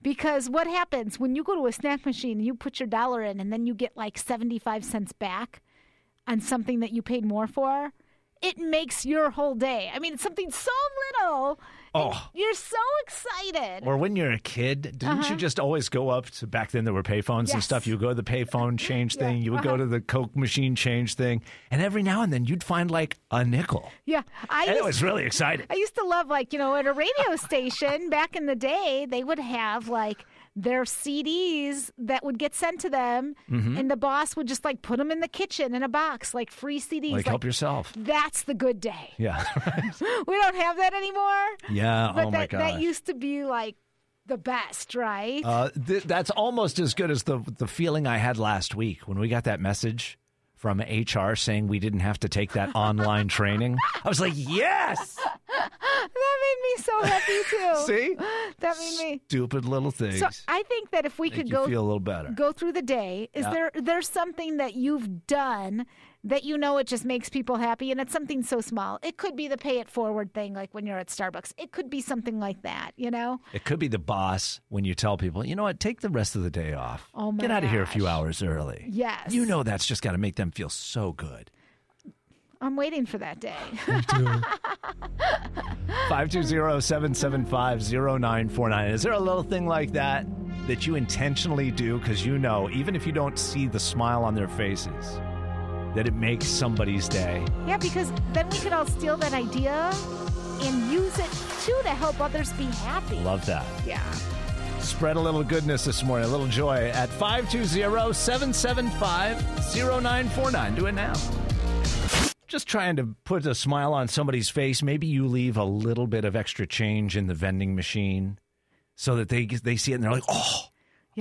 Speaker 4: Because what happens when you go to a snack machine, you put your dollar in, and then you get like 75 cents back on something that you paid more for? It makes your whole day. I mean, it's something so little. and
Speaker 3: Oh.
Speaker 4: You're so excited.
Speaker 3: Or when you're a kid, didn't you just always go up to back then there were payphones and
Speaker 4: Uh-huh. Yes. Uh-huh.
Speaker 3: stuff? You would go to the payphone change thing, you would go to the Coke machine change thing, and every now and then you'd find like a nickel.
Speaker 4: yeah. I
Speaker 3: And it
Speaker 4: used-
Speaker 3: was really exciting.
Speaker 4: I used to love like, you know, at a radio station back in the day, they would have like their CDs that would get sent to them
Speaker 3: Mm-hmm.
Speaker 4: and the boss would just like put them in the kitchen in a box, like free CDs.
Speaker 3: Like, help yourself.
Speaker 4: That's the good day.
Speaker 3: Yeah.
Speaker 4: We don't have that anymore.
Speaker 3: yeah.
Speaker 4: But
Speaker 3: oh my
Speaker 4: that,
Speaker 3: gosh.
Speaker 4: that used to be like the best, right?
Speaker 3: Uh, th- that's almost as good as the the feeling I had last week when we got that message from HR saying we didn't have to take that online training. I was like, yes.
Speaker 4: that made me so happy too.
Speaker 3: See,
Speaker 4: That made me
Speaker 3: stupid little things.
Speaker 4: So I think that if we
Speaker 3: Make
Speaker 4: could
Speaker 3: you
Speaker 4: go
Speaker 3: feel a little better.
Speaker 4: go through the day. Is there there's something that you've done that you know it just makes people happy and it's something so small. It could be the pay it forward thing like when you're at Starbucks. It could be something like that, you know?
Speaker 3: It could be the boss when you tell people, you know what, take the rest of the day off.
Speaker 4: Oh my
Speaker 3: Get out of here a few
Speaker 4: gosh.
Speaker 3: hours early.
Speaker 4: Yes.
Speaker 3: You know that's just got to make them feel so good.
Speaker 4: I'm waiting for that day.
Speaker 3: 520-775-0949. Is there a little thing like that that you intentionally do cuz you know even if you don't see the smile on their faces that it makes somebody's day?
Speaker 4: yeah, because then we could all steal that idea and use it too to help others be happy.
Speaker 3: Love that.
Speaker 4: Yeah.
Speaker 3: Spread a little goodness this morning, a little joy at 520 775 0949. Do it now. Just trying to put a smile on somebody's face. Maybe you leave a little bit of extra change in the vending machine so that they, they see it and they're like, oh,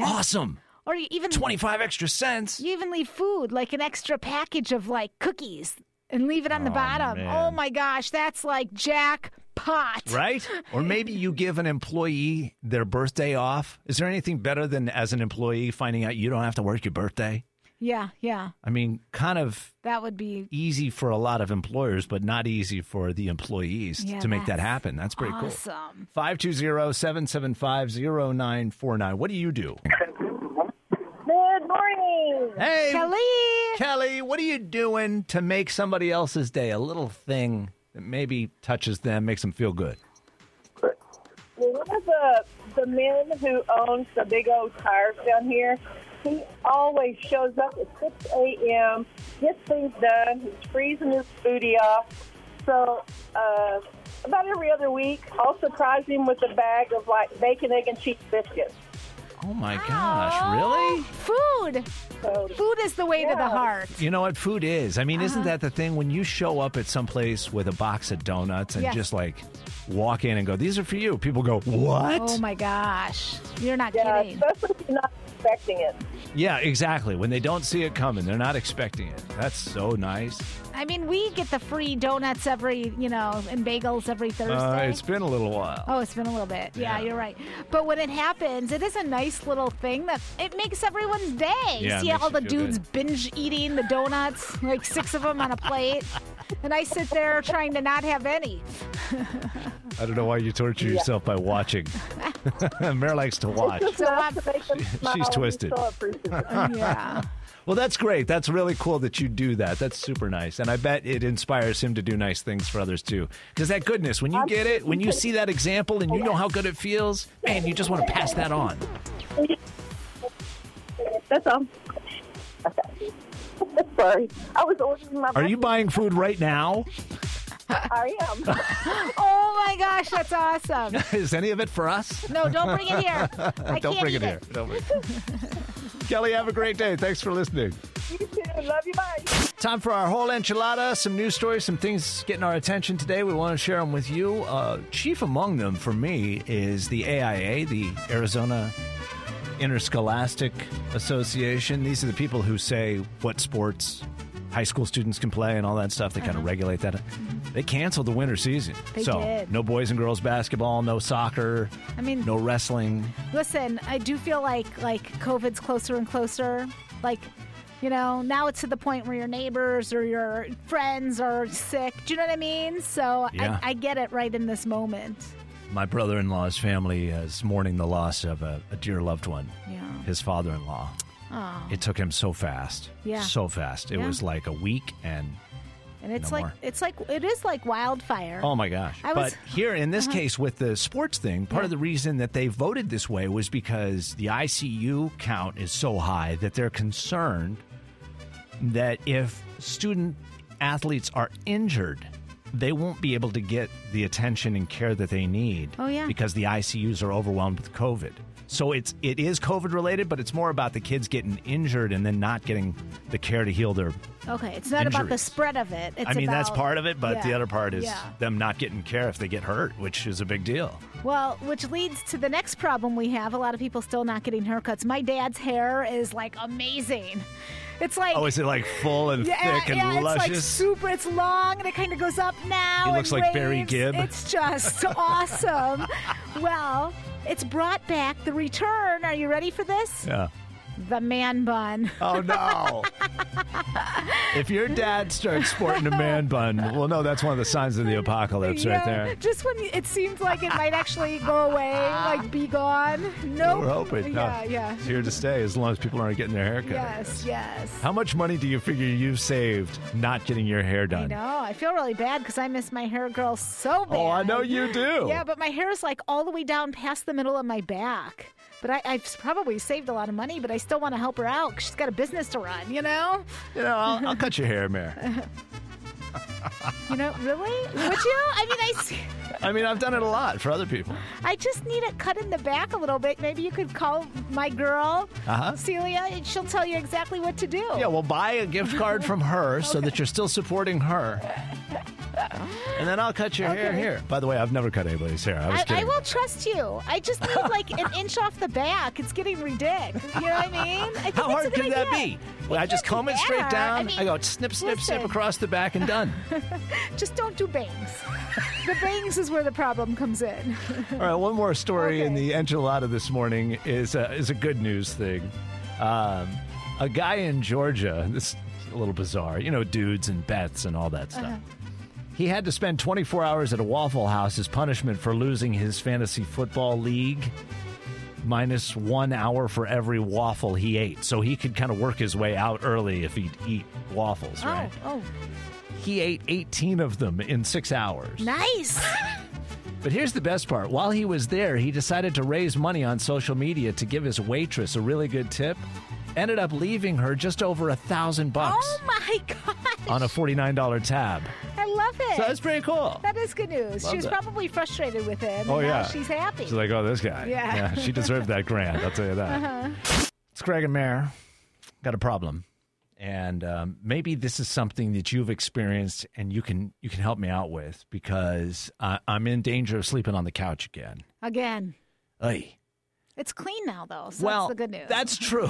Speaker 3: awesome.
Speaker 4: Or you even
Speaker 3: 25 extra cents.
Speaker 4: You even leave food, like an extra package of like cookies and leave it on the
Speaker 3: Oh,
Speaker 4: bottom.
Speaker 3: man.
Speaker 4: Oh my gosh, that's like jackpot.
Speaker 3: Right? Or maybe you give an employee their birthday off. Is there anything better than as an employee finding out you don't have to work your birthday?
Speaker 4: Yeah, yeah.
Speaker 3: I mean, kind of
Speaker 4: That would be
Speaker 3: easy for a lot of employers, but not easy for the employees
Speaker 4: Yeah,
Speaker 3: to make that
Speaker 4: that's
Speaker 3: happen. That's pretty
Speaker 4: awesome.
Speaker 3: cool. 520-775-0949. What do you do?
Speaker 7: Good morning.
Speaker 3: Hey. Kelly.
Speaker 4: Lee.
Speaker 3: Kelly, what are you doing to make somebody else's day? A little thing that maybe touches them, makes them feel good.
Speaker 7: One of the, the men who owns the big old tires down here, he always shows up at 6 a.m., gets things done, he's freezing his booty off. So, uh, about every other week, I'll surprise him with a bag of like bacon, egg, and cheese biscuits.
Speaker 3: Oh my gosh, really?
Speaker 4: Food. Food is the way to the heart.
Speaker 3: You know what food is? I mean,
Speaker 4: Uh-huh.
Speaker 3: isn't that the thing when you show up at some place with a box of donuts and
Speaker 4: Yes.
Speaker 3: just like walk in and go, "These are for you." People go, "What?"
Speaker 4: Oh my gosh. You're not
Speaker 7: Yeah,
Speaker 4: kidding.
Speaker 7: especially if you're not expecting it.
Speaker 3: Yeah, exactly. When they don't see it coming, they're not expecting it. That's so nice.
Speaker 4: I mean, we get the free donuts every, you know, and bagels every Thursday.
Speaker 3: Uh, it's been a little while.
Speaker 4: Oh, it's been a little bit. Yeah,
Speaker 3: Yeah.
Speaker 4: you're right. But when it happens, it is a nice little thing that it makes everyone's day.
Speaker 3: Yeah, it
Speaker 4: See
Speaker 3: makes
Speaker 4: all
Speaker 3: you
Speaker 4: the
Speaker 3: feel
Speaker 4: dudes binge eating the donuts, like six of them on a plate. And I sit there trying to not have any.
Speaker 3: I don't know why you torture yourself by watching. Mare likes to watch.
Speaker 4: So I'm,
Speaker 3: She's twisted.
Speaker 4: yeah.
Speaker 3: Well, that's great. That's really cool that you do that. That's super nice. And I bet it inspires him to do nice things for others too. Because that goodness, when you get it, when you see that example and you know how good it feels, man, you just want to pass that on.
Speaker 7: That's all. Okay. Sorry. I was ordering my
Speaker 3: Are you buying food right now?
Speaker 7: I am.
Speaker 4: Oh my gosh, that's awesome.
Speaker 3: Is any of it for us?
Speaker 4: No, don't bring it here. I
Speaker 3: Don't
Speaker 4: can't
Speaker 3: bring it
Speaker 4: eat
Speaker 3: here. Don't bring it. Kelly, have a great day. Thanks for listening.
Speaker 7: you too. Love you. Bye.
Speaker 3: Time for our whole enchilada. Some news stories, some things getting our attention today. We want to share them with you. Uh, chief among them for me is the AIA, the Arizona Interscholastic Association. These are the people who say what sports high school students can play and all that stuff. They kind of regulate that. They canceled the winter season.
Speaker 4: Uh-huh. They
Speaker 3: so,
Speaker 4: did.
Speaker 3: no boys and girls basketball, no soccer,
Speaker 4: I mean-
Speaker 3: no wrestling.
Speaker 4: Listen, I do feel like like COVID's closer and closer. Like, you know, now it's to the point where your neighbors or your friends are sick. Do you know what I mean? So
Speaker 3: Yeah.
Speaker 4: I, I get it right in this moment.
Speaker 3: My brother in law's family is mourning the loss of a, a dear loved one,
Speaker 4: Yeah.
Speaker 3: his father in law.
Speaker 4: Oh,
Speaker 3: It took him so fast.
Speaker 4: Yeah.
Speaker 3: So fast. It
Speaker 4: Yeah.
Speaker 3: was like a week and
Speaker 4: and it's
Speaker 3: No
Speaker 4: like
Speaker 3: more.
Speaker 4: it's like it is like wildfire.
Speaker 3: oh my gosh.
Speaker 4: I was- Uh-huh.
Speaker 3: but here in this case with the sports thing, part of the reason that they voted this way was because the ICU count is so high that they're concerned that if student athletes are injured, they won't be able to get the attention and care that they need.
Speaker 4: Oh, yeah.
Speaker 3: Because the ICUs are overwhelmed with COVID. So it's it is COVID related, but it's more about the kids getting injured and then not getting the care to heal their
Speaker 4: okay, it's not about the
Speaker 3: Injuries.
Speaker 4: spread of it. It's
Speaker 3: I mean, that's
Speaker 4: about-
Speaker 3: part of it, but the
Speaker 4: Yeah,
Speaker 3: other part is
Speaker 4: yeah.
Speaker 3: them not getting care if they get hurt, which is a big deal.
Speaker 4: Well, which leads to the next problem we have. A lot of people still not getting haircuts. My dad's hair is like amazing. It's like
Speaker 3: Oh, is it like full and
Speaker 4: Yeah,
Speaker 3: thick and
Speaker 4: yeah, it's like
Speaker 3: luscious?
Speaker 4: super. It's long and it kind of goes up now.
Speaker 3: He looks
Speaker 4: and
Speaker 3: like Barry
Speaker 4: waves.
Speaker 3: Gibb.
Speaker 4: It's just awesome. Well, it's brought back the return. Are you ready for this?
Speaker 3: yeah.
Speaker 4: The man bun.
Speaker 3: Oh no. if your dad starts sporting a man bun, well, no, that's one of the signs of the apocalypse
Speaker 4: Yeah,
Speaker 3: right there.
Speaker 4: Just when it seemed like it might actually go away, like be gone. Nope.
Speaker 3: We're hoping. no,
Speaker 4: Yeah, yeah.
Speaker 3: It's here to stay as long as people aren't getting their hair cut. I
Speaker 4: Yes,
Speaker 3: guess.
Speaker 4: yes.
Speaker 3: How much money do you figure you've saved not getting your hair
Speaker 4: I
Speaker 3: done?
Speaker 4: know. I feel really bad because I miss my hair girl so bad.
Speaker 3: Oh, I know you do.
Speaker 4: Yeah, but my hair is like all the way down past the middle of my back. But I, I've probably saved a lot of money, but I still want to help her out. 'cause She's got a business to run, you know?
Speaker 3: You know, I'll, I'll cut your hair, Mayor.
Speaker 4: You know, really? Would you? I mean, I, s-
Speaker 3: I mean, I've done it a lot for other people.
Speaker 4: I just need it cut in the back a little bit. Maybe you could call my girl,
Speaker 3: Uh-huh.
Speaker 4: Celia, and she'll tell you exactly what to do.
Speaker 3: Yeah, well, buy a gift card from her so that you're still supporting her. And then I'll cut your hair
Speaker 4: Okay.
Speaker 3: here. By the way, I've never cut anybody's hair. I was
Speaker 4: I, I
Speaker 3: kidding.
Speaker 4: will trust you. I just need like an inch off the back. It's getting ridiculous. You know what I mean? I think
Speaker 3: How
Speaker 4: it's a
Speaker 3: hard
Speaker 4: good
Speaker 3: can that
Speaker 4: idea.
Speaker 3: be? Well, I just
Speaker 4: can't
Speaker 3: comb
Speaker 4: be
Speaker 3: it straight
Speaker 4: bad.
Speaker 3: down.
Speaker 4: I
Speaker 3: I,
Speaker 4: mean,
Speaker 3: go snip, snip, snip
Speaker 4: listen.
Speaker 3: across the back and done.
Speaker 4: Just don't do bangs. the bangs is where the problem comes in.
Speaker 3: All right, one more story in the enchilada this morning is a, is a good news thing. Um, a guy in Georgia, this is a little bizarre, you know, dudes and bets and all that stuff. He had to spend 24 hours at a Waffle House as punishment for losing his fantasy football league, minus one hour for every waffle he ate. So he could kind of work his way out early if he'd eat waffles, right?
Speaker 4: Oh,
Speaker 3: He ate 18 of them in six hours.
Speaker 4: oh, nice.
Speaker 3: But here's the best part. While he was there, he decided to raise money on social media to give his waitress a really good tip. Ended up leaving her just over a thousand bucks
Speaker 4: oh my god,
Speaker 3: on a forty-nine dollar tab.
Speaker 4: I love it.
Speaker 3: So that's pretty cool.
Speaker 4: That is good news.
Speaker 3: Love
Speaker 4: she was
Speaker 3: that.
Speaker 4: probably frustrated with him.
Speaker 3: Oh
Speaker 4: and now
Speaker 3: yeah,
Speaker 4: she's happy.
Speaker 3: She's like, oh, this guy.
Speaker 4: Yeah. Uh-huh.
Speaker 3: she deserved that grant. I'll tell you that. It's Greg and Mayor. Got a problem, and um, maybe this is something that you've experienced, and you can you can help me out with because I, I'm in danger of sleeping on the couch again.
Speaker 4: Again,
Speaker 3: Ay.
Speaker 4: it's clean now though, so
Speaker 3: well,
Speaker 4: that's the good news.
Speaker 3: That's true.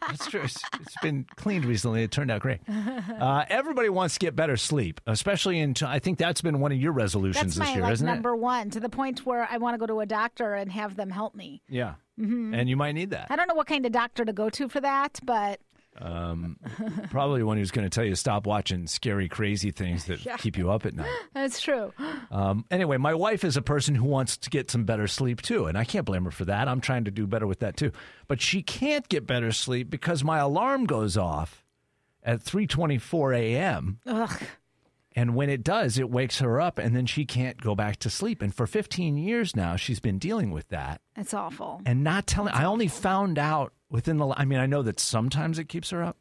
Speaker 3: that's true. It's- it's been cleaned recently. It turned out great. Uh, everybody wants to get better sleep, especially in. T- I think that's been one of your resolutions
Speaker 4: that's my
Speaker 3: this year,
Speaker 4: like,
Speaker 3: isn't
Speaker 4: number one. To the point where I want to go to a doctor and have them help me.
Speaker 3: it? Yeah.
Speaker 4: Mm-hmm.
Speaker 3: And you might need that.
Speaker 4: I don't know what kind of doctor to go to for that, but
Speaker 3: Probably one who's going to tell you stop watching scary, crazy things that keep you up at night.
Speaker 4: that's true.
Speaker 3: Um, anyway, my wife is a person who wants to get some better sleep too, and I can't blame her for that. I'm trying to do better with that too, but she can't get better sleep because my alarm goes off at 3:24 a.m.
Speaker 4: Ugh.
Speaker 3: And when it does, it wakes her up, and then she can't go back to sleep. And for 15 years now, she's been dealing with that
Speaker 4: That's awful.
Speaker 3: and not telling. I only found out within the. I mean, I know that sometimes it keeps her up,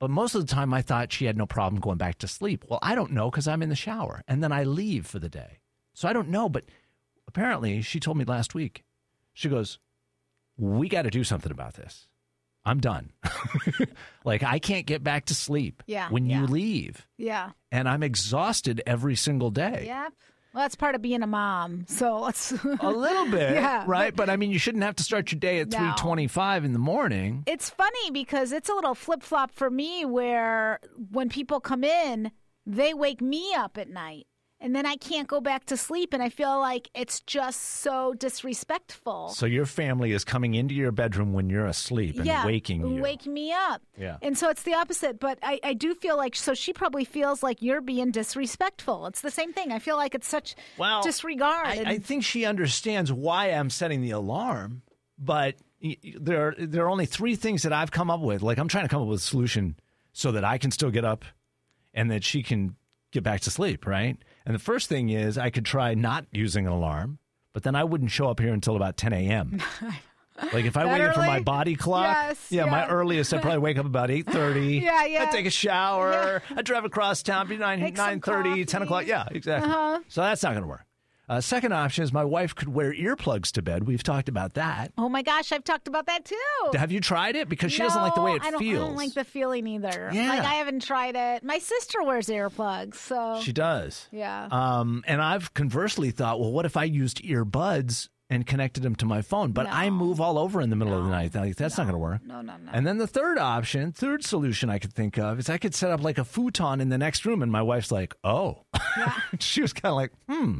Speaker 3: but most of the time, I thought she had no problem going back to sleep. Well, I don't know because I'm in the shower, and then I leave for the day, so I don't know. But apparently, she told me last week. She goes, "We got to do something about this. I'm done. like I can't get back to sleep.
Speaker 4: Yeah,
Speaker 3: when you
Speaker 4: yeah.
Speaker 3: leave."
Speaker 4: Yeah.
Speaker 3: and I'm exhausted every single day.
Speaker 4: Yep. Well, that's part of being a mom. So let's.
Speaker 3: A little bit,
Speaker 4: Yeah,
Speaker 3: right? But, I mean, you shouldn't have to start your day at
Speaker 4: No.
Speaker 3: 3:25 in the morning.
Speaker 4: it's funny because it's a little flip flop for me where when people come in, they wake me up at night. And then I can't go back to sleep, and I feel like it's just so disrespectful.
Speaker 3: So your family is coming into your bedroom when you're asleep and waking you.
Speaker 4: Wake me up.
Speaker 3: Yeah.
Speaker 4: And so it's the opposite. But I, I do feel like, so she probably feels like you're being disrespectful. It's the same thing. I feel like it's such
Speaker 3: well,
Speaker 4: disregard.
Speaker 3: I,
Speaker 4: and-
Speaker 3: I think she understands why I'm setting the alarm, but y- y- there are, there are only three things that I've come up with. Like I'm trying to come up with a solution so that I can still get up and that she can get back to sleep, right? And the first thing is I could try not using an alarm, but then I wouldn't show up here until about 10 a.m. Like if I
Speaker 4: That
Speaker 3: waited for my
Speaker 4: early?
Speaker 3: body clock,
Speaker 4: Yes,
Speaker 3: yeah, my
Speaker 4: yeah.
Speaker 3: earliest I'd probably wake up about eight thirty.
Speaker 4: Yeah, yeah.
Speaker 3: I'd take a shower. I'd drive across town, be nine
Speaker 4: Make some
Speaker 3: nine thirty, ten o'clock.
Speaker 4: coffee. Uh-huh.
Speaker 3: Yeah, exactly. So that's not going to work. Uh, second option is my wife could wear earplugs to bed. We've talked about that.
Speaker 4: oh my gosh, I've talked about that too.
Speaker 3: Have you tried it? Because she doesn't like the way
Speaker 4: No,
Speaker 3: it
Speaker 4: I don't,
Speaker 3: feels.
Speaker 4: I don't like the feeling either.
Speaker 3: Yeah.
Speaker 4: Like I haven't tried it. My sister wears earplugs, so
Speaker 3: she does.
Speaker 4: yeah.
Speaker 3: Um, and I've conversely thought, well, what if I used earbuds and connected them to my phone? But I
Speaker 4: No.
Speaker 3: move all over in the middle of the night. Like, that's not going to work.
Speaker 4: no, no, no.
Speaker 3: And then the third option, third solution I could think of is I could set up like a futon in the next room. And my wife's like, oh. she was kind of like, hmm.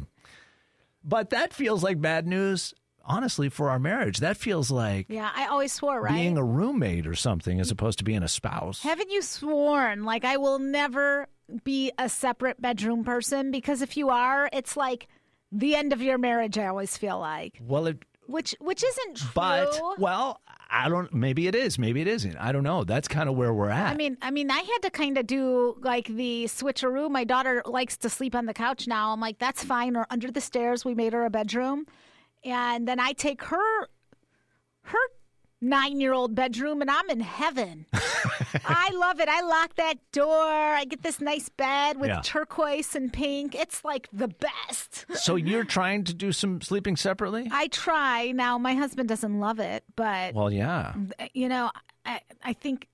Speaker 3: But that feels like bad news, honestly, for our marriage. That feels like
Speaker 4: yeah, I always swore, right?
Speaker 3: being a roommate or something as opposed to being a spouse.
Speaker 4: Haven't you sworn like I will never be a separate bedroom person? Because if you are, it's like the end of your marriage. I always feel like,
Speaker 3: well, it,
Speaker 4: which which isn't true.
Speaker 3: but, well, I don't, maybe it is, maybe it isn't. I don't know. That's kind of where we're at.
Speaker 4: I mean, I mean, I had to kind of do like the switcheroo. My daughter likes to sleep on the couch now. I'm like, that's fine. Or under the stairs, we made her a bedroom, and then I take her, her nine year old bedroom, and I'm in heaven. I love it. I lock that door. I get this nice bed with
Speaker 3: Yeah.
Speaker 4: turquoise and pink. It's like the best.
Speaker 3: So you're trying to do some sleeping separately?
Speaker 4: I try. Now, my husband doesn't love it, but,
Speaker 3: Well, yeah.
Speaker 4: eh, you know, I, I think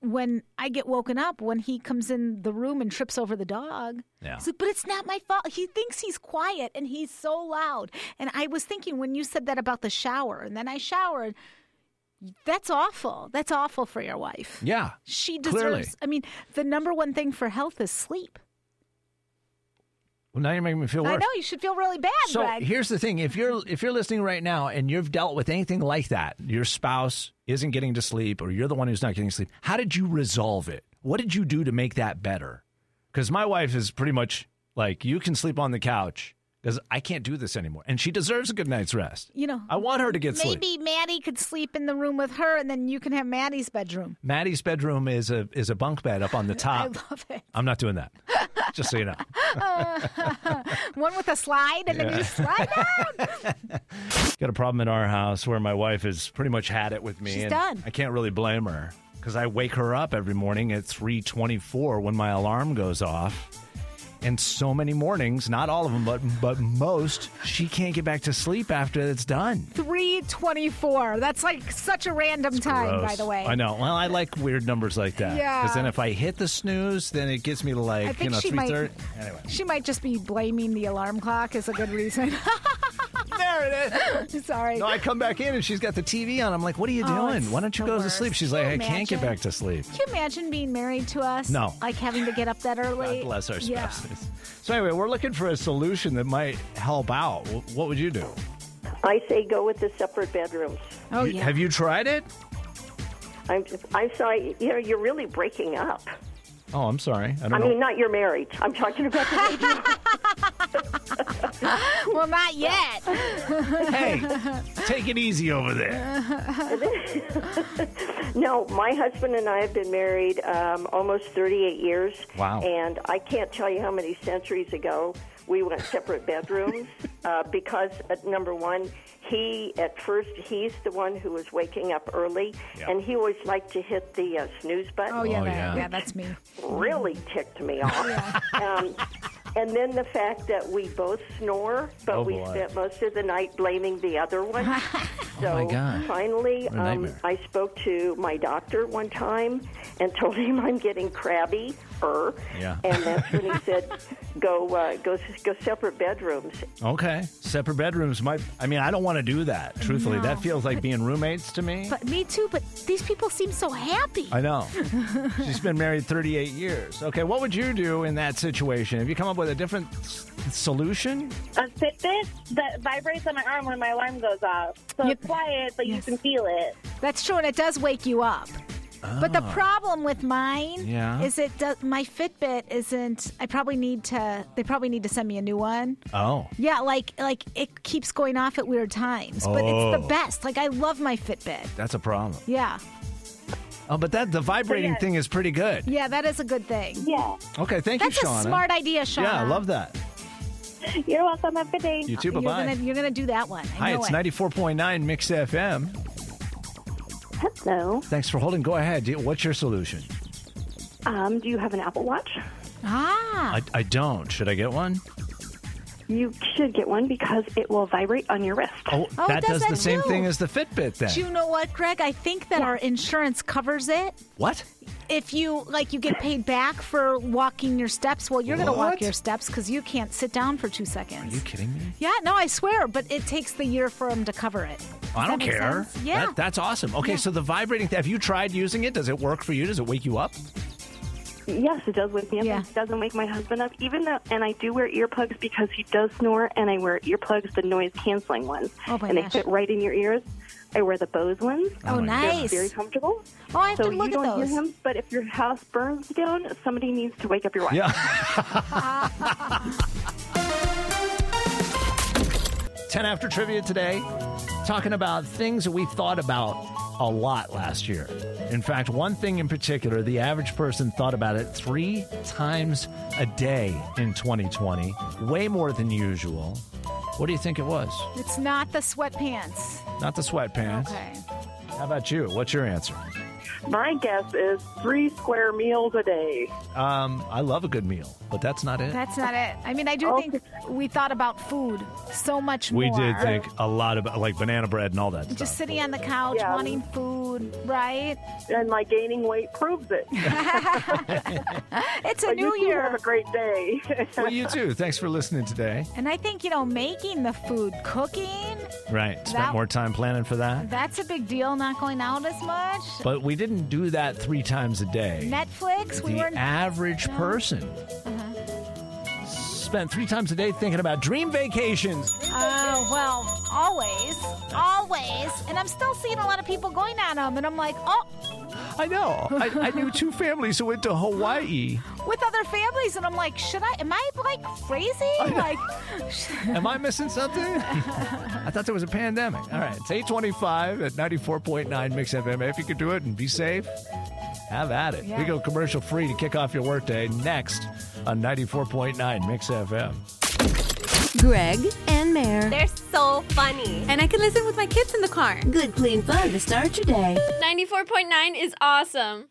Speaker 4: when I get woken up, when he comes in the room and trips over the dog,
Speaker 3: Yeah.
Speaker 4: he's like, but it's not my fault. He thinks he's quiet and he's so loud. And I was thinking when you said that about the shower, and then I showered, that's awful. That's awful for your wife.
Speaker 3: Yeah.
Speaker 4: She deserves.
Speaker 3: Clearly.
Speaker 4: I mean, the number one thing for health is sleep.
Speaker 3: Well, now you're making me feel worse.
Speaker 4: I know you should feel really bad,
Speaker 3: So
Speaker 4: Greg.
Speaker 3: here's the thing: if you're if you're listening right now and you've dealt with anything like that, your spouse isn't getting to sleep, or you're the one who's not getting sleep. How did you resolve it? What did you do to make that better? Because my wife is pretty much like, you can sleep on the couch because I can't do this anymore, and she deserves a good night's rest.
Speaker 4: you know,
Speaker 3: I want her to get sleep.
Speaker 4: maybe Maddie could sleep in the room with her, and then you can have Maddie's bedroom.
Speaker 3: Maddie's bedroom is a is a bunk bed up on the
Speaker 4: I
Speaker 3: top.
Speaker 4: love it.
Speaker 3: I'm not doing that. Just so you know.
Speaker 4: Uh, One with a slide, and then you slide Ah, down.
Speaker 3: Got a problem in our house where my wife has pretty much had it with me.
Speaker 4: She's
Speaker 3: and
Speaker 4: done.
Speaker 3: I can't really blame her because I wake her up every morning at 3:24 when my alarm goes off. And so many mornings, not all of them, but but most, she can't get back to sleep after it's done.
Speaker 4: Three twenty-four. That's like such a random time, by
Speaker 3: Gross.
Speaker 4: the way.
Speaker 3: I know. Well, I like weird numbers like that.
Speaker 4: Yeah.
Speaker 3: Because then if I hit the snooze, then it gets me to
Speaker 4: I
Speaker 3: like you
Speaker 4: think
Speaker 3: know
Speaker 4: she
Speaker 3: three
Speaker 4: might.
Speaker 3: thirty. Anyway,
Speaker 4: She might just be blaming the alarm clock as a good reason.
Speaker 3: there it is.
Speaker 4: Sorry.
Speaker 3: No, I come back in and she's got the TV on. I'm like, what are you
Speaker 4: Oh,
Speaker 3: doing?
Speaker 4: it's
Speaker 3: Why don't you
Speaker 4: the
Speaker 3: go to
Speaker 4: worst.
Speaker 3: sleep? She's
Speaker 4: Can
Speaker 3: like, I
Speaker 4: you
Speaker 3: can't get
Speaker 4: imagine?
Speaker 3: back to sleep.
Speaker 4: Can you imagine being married to us?
Speaker 3: No.
Speaker 4: Like having to get up that early.
Speaker 3: God bless our
Speaker 4: Yeah.
Speaker 3: spouses. So anyway, we're looking for a solution that might help out. Wh- What would you do?
Speaker 11: I say go with the separate bedrooms.
Speaker 4: Oh,
Speaker 3: You-
Speaker 4: yeah.
Speaker 3: Have you tried it?
Speaker 11: I'm, I'm sorry, you know, you're really breaking up.
Speaker 3: Oh, I'm sorry. I don't
Speaker 11: I
Speaker 3: know.
Speaker 11: mean, not your marriage. I'm talking about the baby.
Speaker 4: well, not yet.
Speaker 3: hey, take it easy over there.
Speaker 11: No, my husband and I have been married um, almost 38 years.
Speaker 3: Wow.
Speaker 11: And I can't tell you how many centuries ago we went separate bedrooms uh, because, uh, number one, he, at first, he's the one who was waking up early,
Speaker 3: Yeah.
Speaker 11: and he always liked to hit the uh, snooze button.
Speaker 4: Oh, yeah,
Speaker 3: Oh,
Speaker 4: that,
Speaker 3: yeah.
Speaker 4: yeah. that's me.
Speaker 11: really ticked me off. um, and then the fact that we both snore, but
Speaker 3: Oh,
Speaker 11: we
Speaker 3: boy. Oh,
Speaker 11: spent most of the night blaming the other one. so
Speaker 3: my God.
Speaker 11: finally,
Speaker 3: What a
Speaker 11: um,
Speaker 3: nightmare.
Speaker 11: I spoke to my doctor one time and told him I'm getting crabby. Er,
Speaker 3: Yeah.
Speaker 11: and that's when he said, "Go, uh, go, go separate bedrooms."
Speaker 3: Okay, separate bedrooms might. I mean, I don't want to do that. Truthfully,
Speaker 4: No.
Speaker 3: that feels like being roommates to me.
Speaker 4: But me too, but these people seem so happy.
Speaker 3: I know. She's been married 38 years. Okay, what would you do in that situation? Have you come up with a different s- solution?
Speaker 12: A Fitbit that vibrates on my arm when my alarm goes off. So
Speaker 4: Yep.
Speaker 12: it's quiet, but
Speaker 4: Yes.
Speaker 12: you can feel it.
Speaker 4: That's true, and it does wake you up. But the problem with mine
Speaker 3: Ah. Yeah.
Speaker 4: is it does, my Fitbit isn't. I probably need to. They probably need to send me a new one.
Speaker 3: Oh,
Speaker 4: Yeah, like like it keeps going off at weird times. But it's
Speaker 3: Oh.
Speaker 4: the best. Like I love my Fitbit.
Speaker 3: that's a problem.
Speaker 4: Yeah,
Speaker 3: Oh, but that the vibrating
Speaker 12: yeah.
Speaker 3: thing is pretty good.
Speaker 4: yeah, that is a good thing.
Speaker 12: Yeah.
Speaker 3: Okay, thank
Speaker 4: That's
Speaker 3: you,
Speaker 4: a
Speaker 3: Shauna.
Speaker 4: smart idea, Shauna.
Speaker 3: Yeah, I love that.
Speaker 12: You're welcome. Have a good day.
Speaker 3: You too. Bye
Speaker 4: You're
Speaker 3: bye.
Speaker 4: gonna you're gonna do that one. I
Speaker 3: Hi,
Speaker 4: know
Speaker 3: it's
Speaker 4: it.
Speaker 3: 94.9 Mix FM.
Speaker 11: Hello.
Speaker 3: Thanks for holding. Go ahead. Do- What's your solution?
Speaker 11: Um, do you have an Apple Watch?
Speaker 4: Ah,
Speaker 3: I, I don't. Should I get one?
Speaker 11: You should get one because it will vibrate on your wrist.
Speaker 3: Oh,
Speaker 4: Oh, it
Speaker 3: that does,
Speaker 4: does
Speaker 3: the
Speaker 4: that
Speaker 3: same
Speaker 4: too.
Speaker 3: thing as the Fitbit then.
Speaker 4: do you know what, Greg? I think that our insurance covers it.
Speaker 3: what?
Speaker 4: if you like you get paid back for walking your steps well you're going to
Speaker 3: What?
Speaker 4: walk your steps because you can't sit down for two
Speaker 3: Are you
Speaker 4: seconds
Speaker 3: kidding me?
Speaker 4: yeah no i swear but it takes the year for them to cover it Does
Speaker 3: I
Speaker 4: that
Speaker 3: don't
Speaker 4: make
Speaker 3: care.
Speaker 4: sense? yeah
Speaker 3: That- that's awesome. Okay, so the vibrating thing, have you tried using it? Does it work for you? Does it wake you up?
Speaker 11: Yes, it does wake me up.
Speaker 4: Yeah.
Speaker 11: It doesn't wake my husband up, even though, and I do wear earplugs because he does snore, and I wear earplugs, the noise canceling ones,
Speaker 4: Oh, my
Speaker 11: and
Speaker 4: gosh.
Speaker 11: they fit right in your ears. I wear the Bose ones.
Speaker 4: oh, nice
Speaker 11: Very comfortable.
Speaker 4: oh i have
Speaker 11: so
Speaker 4: to look
Speaker 11: you
Speaker 4: at
Speaker 11: don't
Speaker 4: those
Speaker 11: hear him, but if your house burns down, somebody needs to wake up your wife.
Speaker 3: Yeah. 10 after trivia today, talking about things that we thought about a lot last year. In fact, one thing in particular, the average person thought about it three times a day in 2020, way more than usual. What do you think it was?
Speaker 4: it's not the sweatpants
Speaker 3: Not the sweatpants.
Speaker 4: okay
Speaker 3: How about you? What's your answer?
Speaker 10: My guess is three square meals a day.
Speaker 3: Um, I love a good meal, but that's not it.
Speaker 4: That's not it. I mean, I do think we thought about food so much
Speaker 3: we
Speaker 4: more.
Speaker 3: did think a lot about like banana bread and all that stuff.
Speaker 4: Just sitting on the couch,
Speaker 10: Yeah.
Speaker 4: wanting food, right?
Speaker 10: And like gaining weight proves it.
Speaker 4: it's a
Speaker 10: But you
Speaker 4: new
Speaker 10: two
Speaker 4: year.
Speaker 10: have a great day.
Speaker 3: well, you too. Thanks for listening today.
Speaker 4: And I think, you know, making the food, cooking,
Speaker 3: Right. Spent
Speaker 4: That-
Speaker 3: more time planning for that.
Speaker 4: that's a big deal, not going out as much.
Speaker 3: But we didn't do that three times a day.
Speaker 4: Netflix, we
Speaker 3: the
Speaker 4: weren't.
Speaker 3: average
Speaker 4: No.
Speaker 3: person spent three times a day thinking about dream vacations.
Speaker 4: Uh, well, always, always. And I'm still seeing a lot of people going on them, and I'm like, oh,
Speaker 3: I know. I, I knew two families who went to Hawaii.
Speaker 4: with other families, and I'm like, should I? Am I like crazy? Like, sh-
Speaker 3: Am I missing something? I thought there was a pandemic. All right, it's 825 at 94.9 Mix FM. If you could do it and be safe, have at it. We
Speaker 13: Yeah.
Speaker 3: go commercial free to kick off your workday next on 94.9 Mix FM.
Speaker 2: Greg and Mayor.
Speaker 14: They're so funny. And I can listen with my kids in the car.
Speaker 2: Good, clean fun to start your day.
Speaker 14: 94.9 is awesome.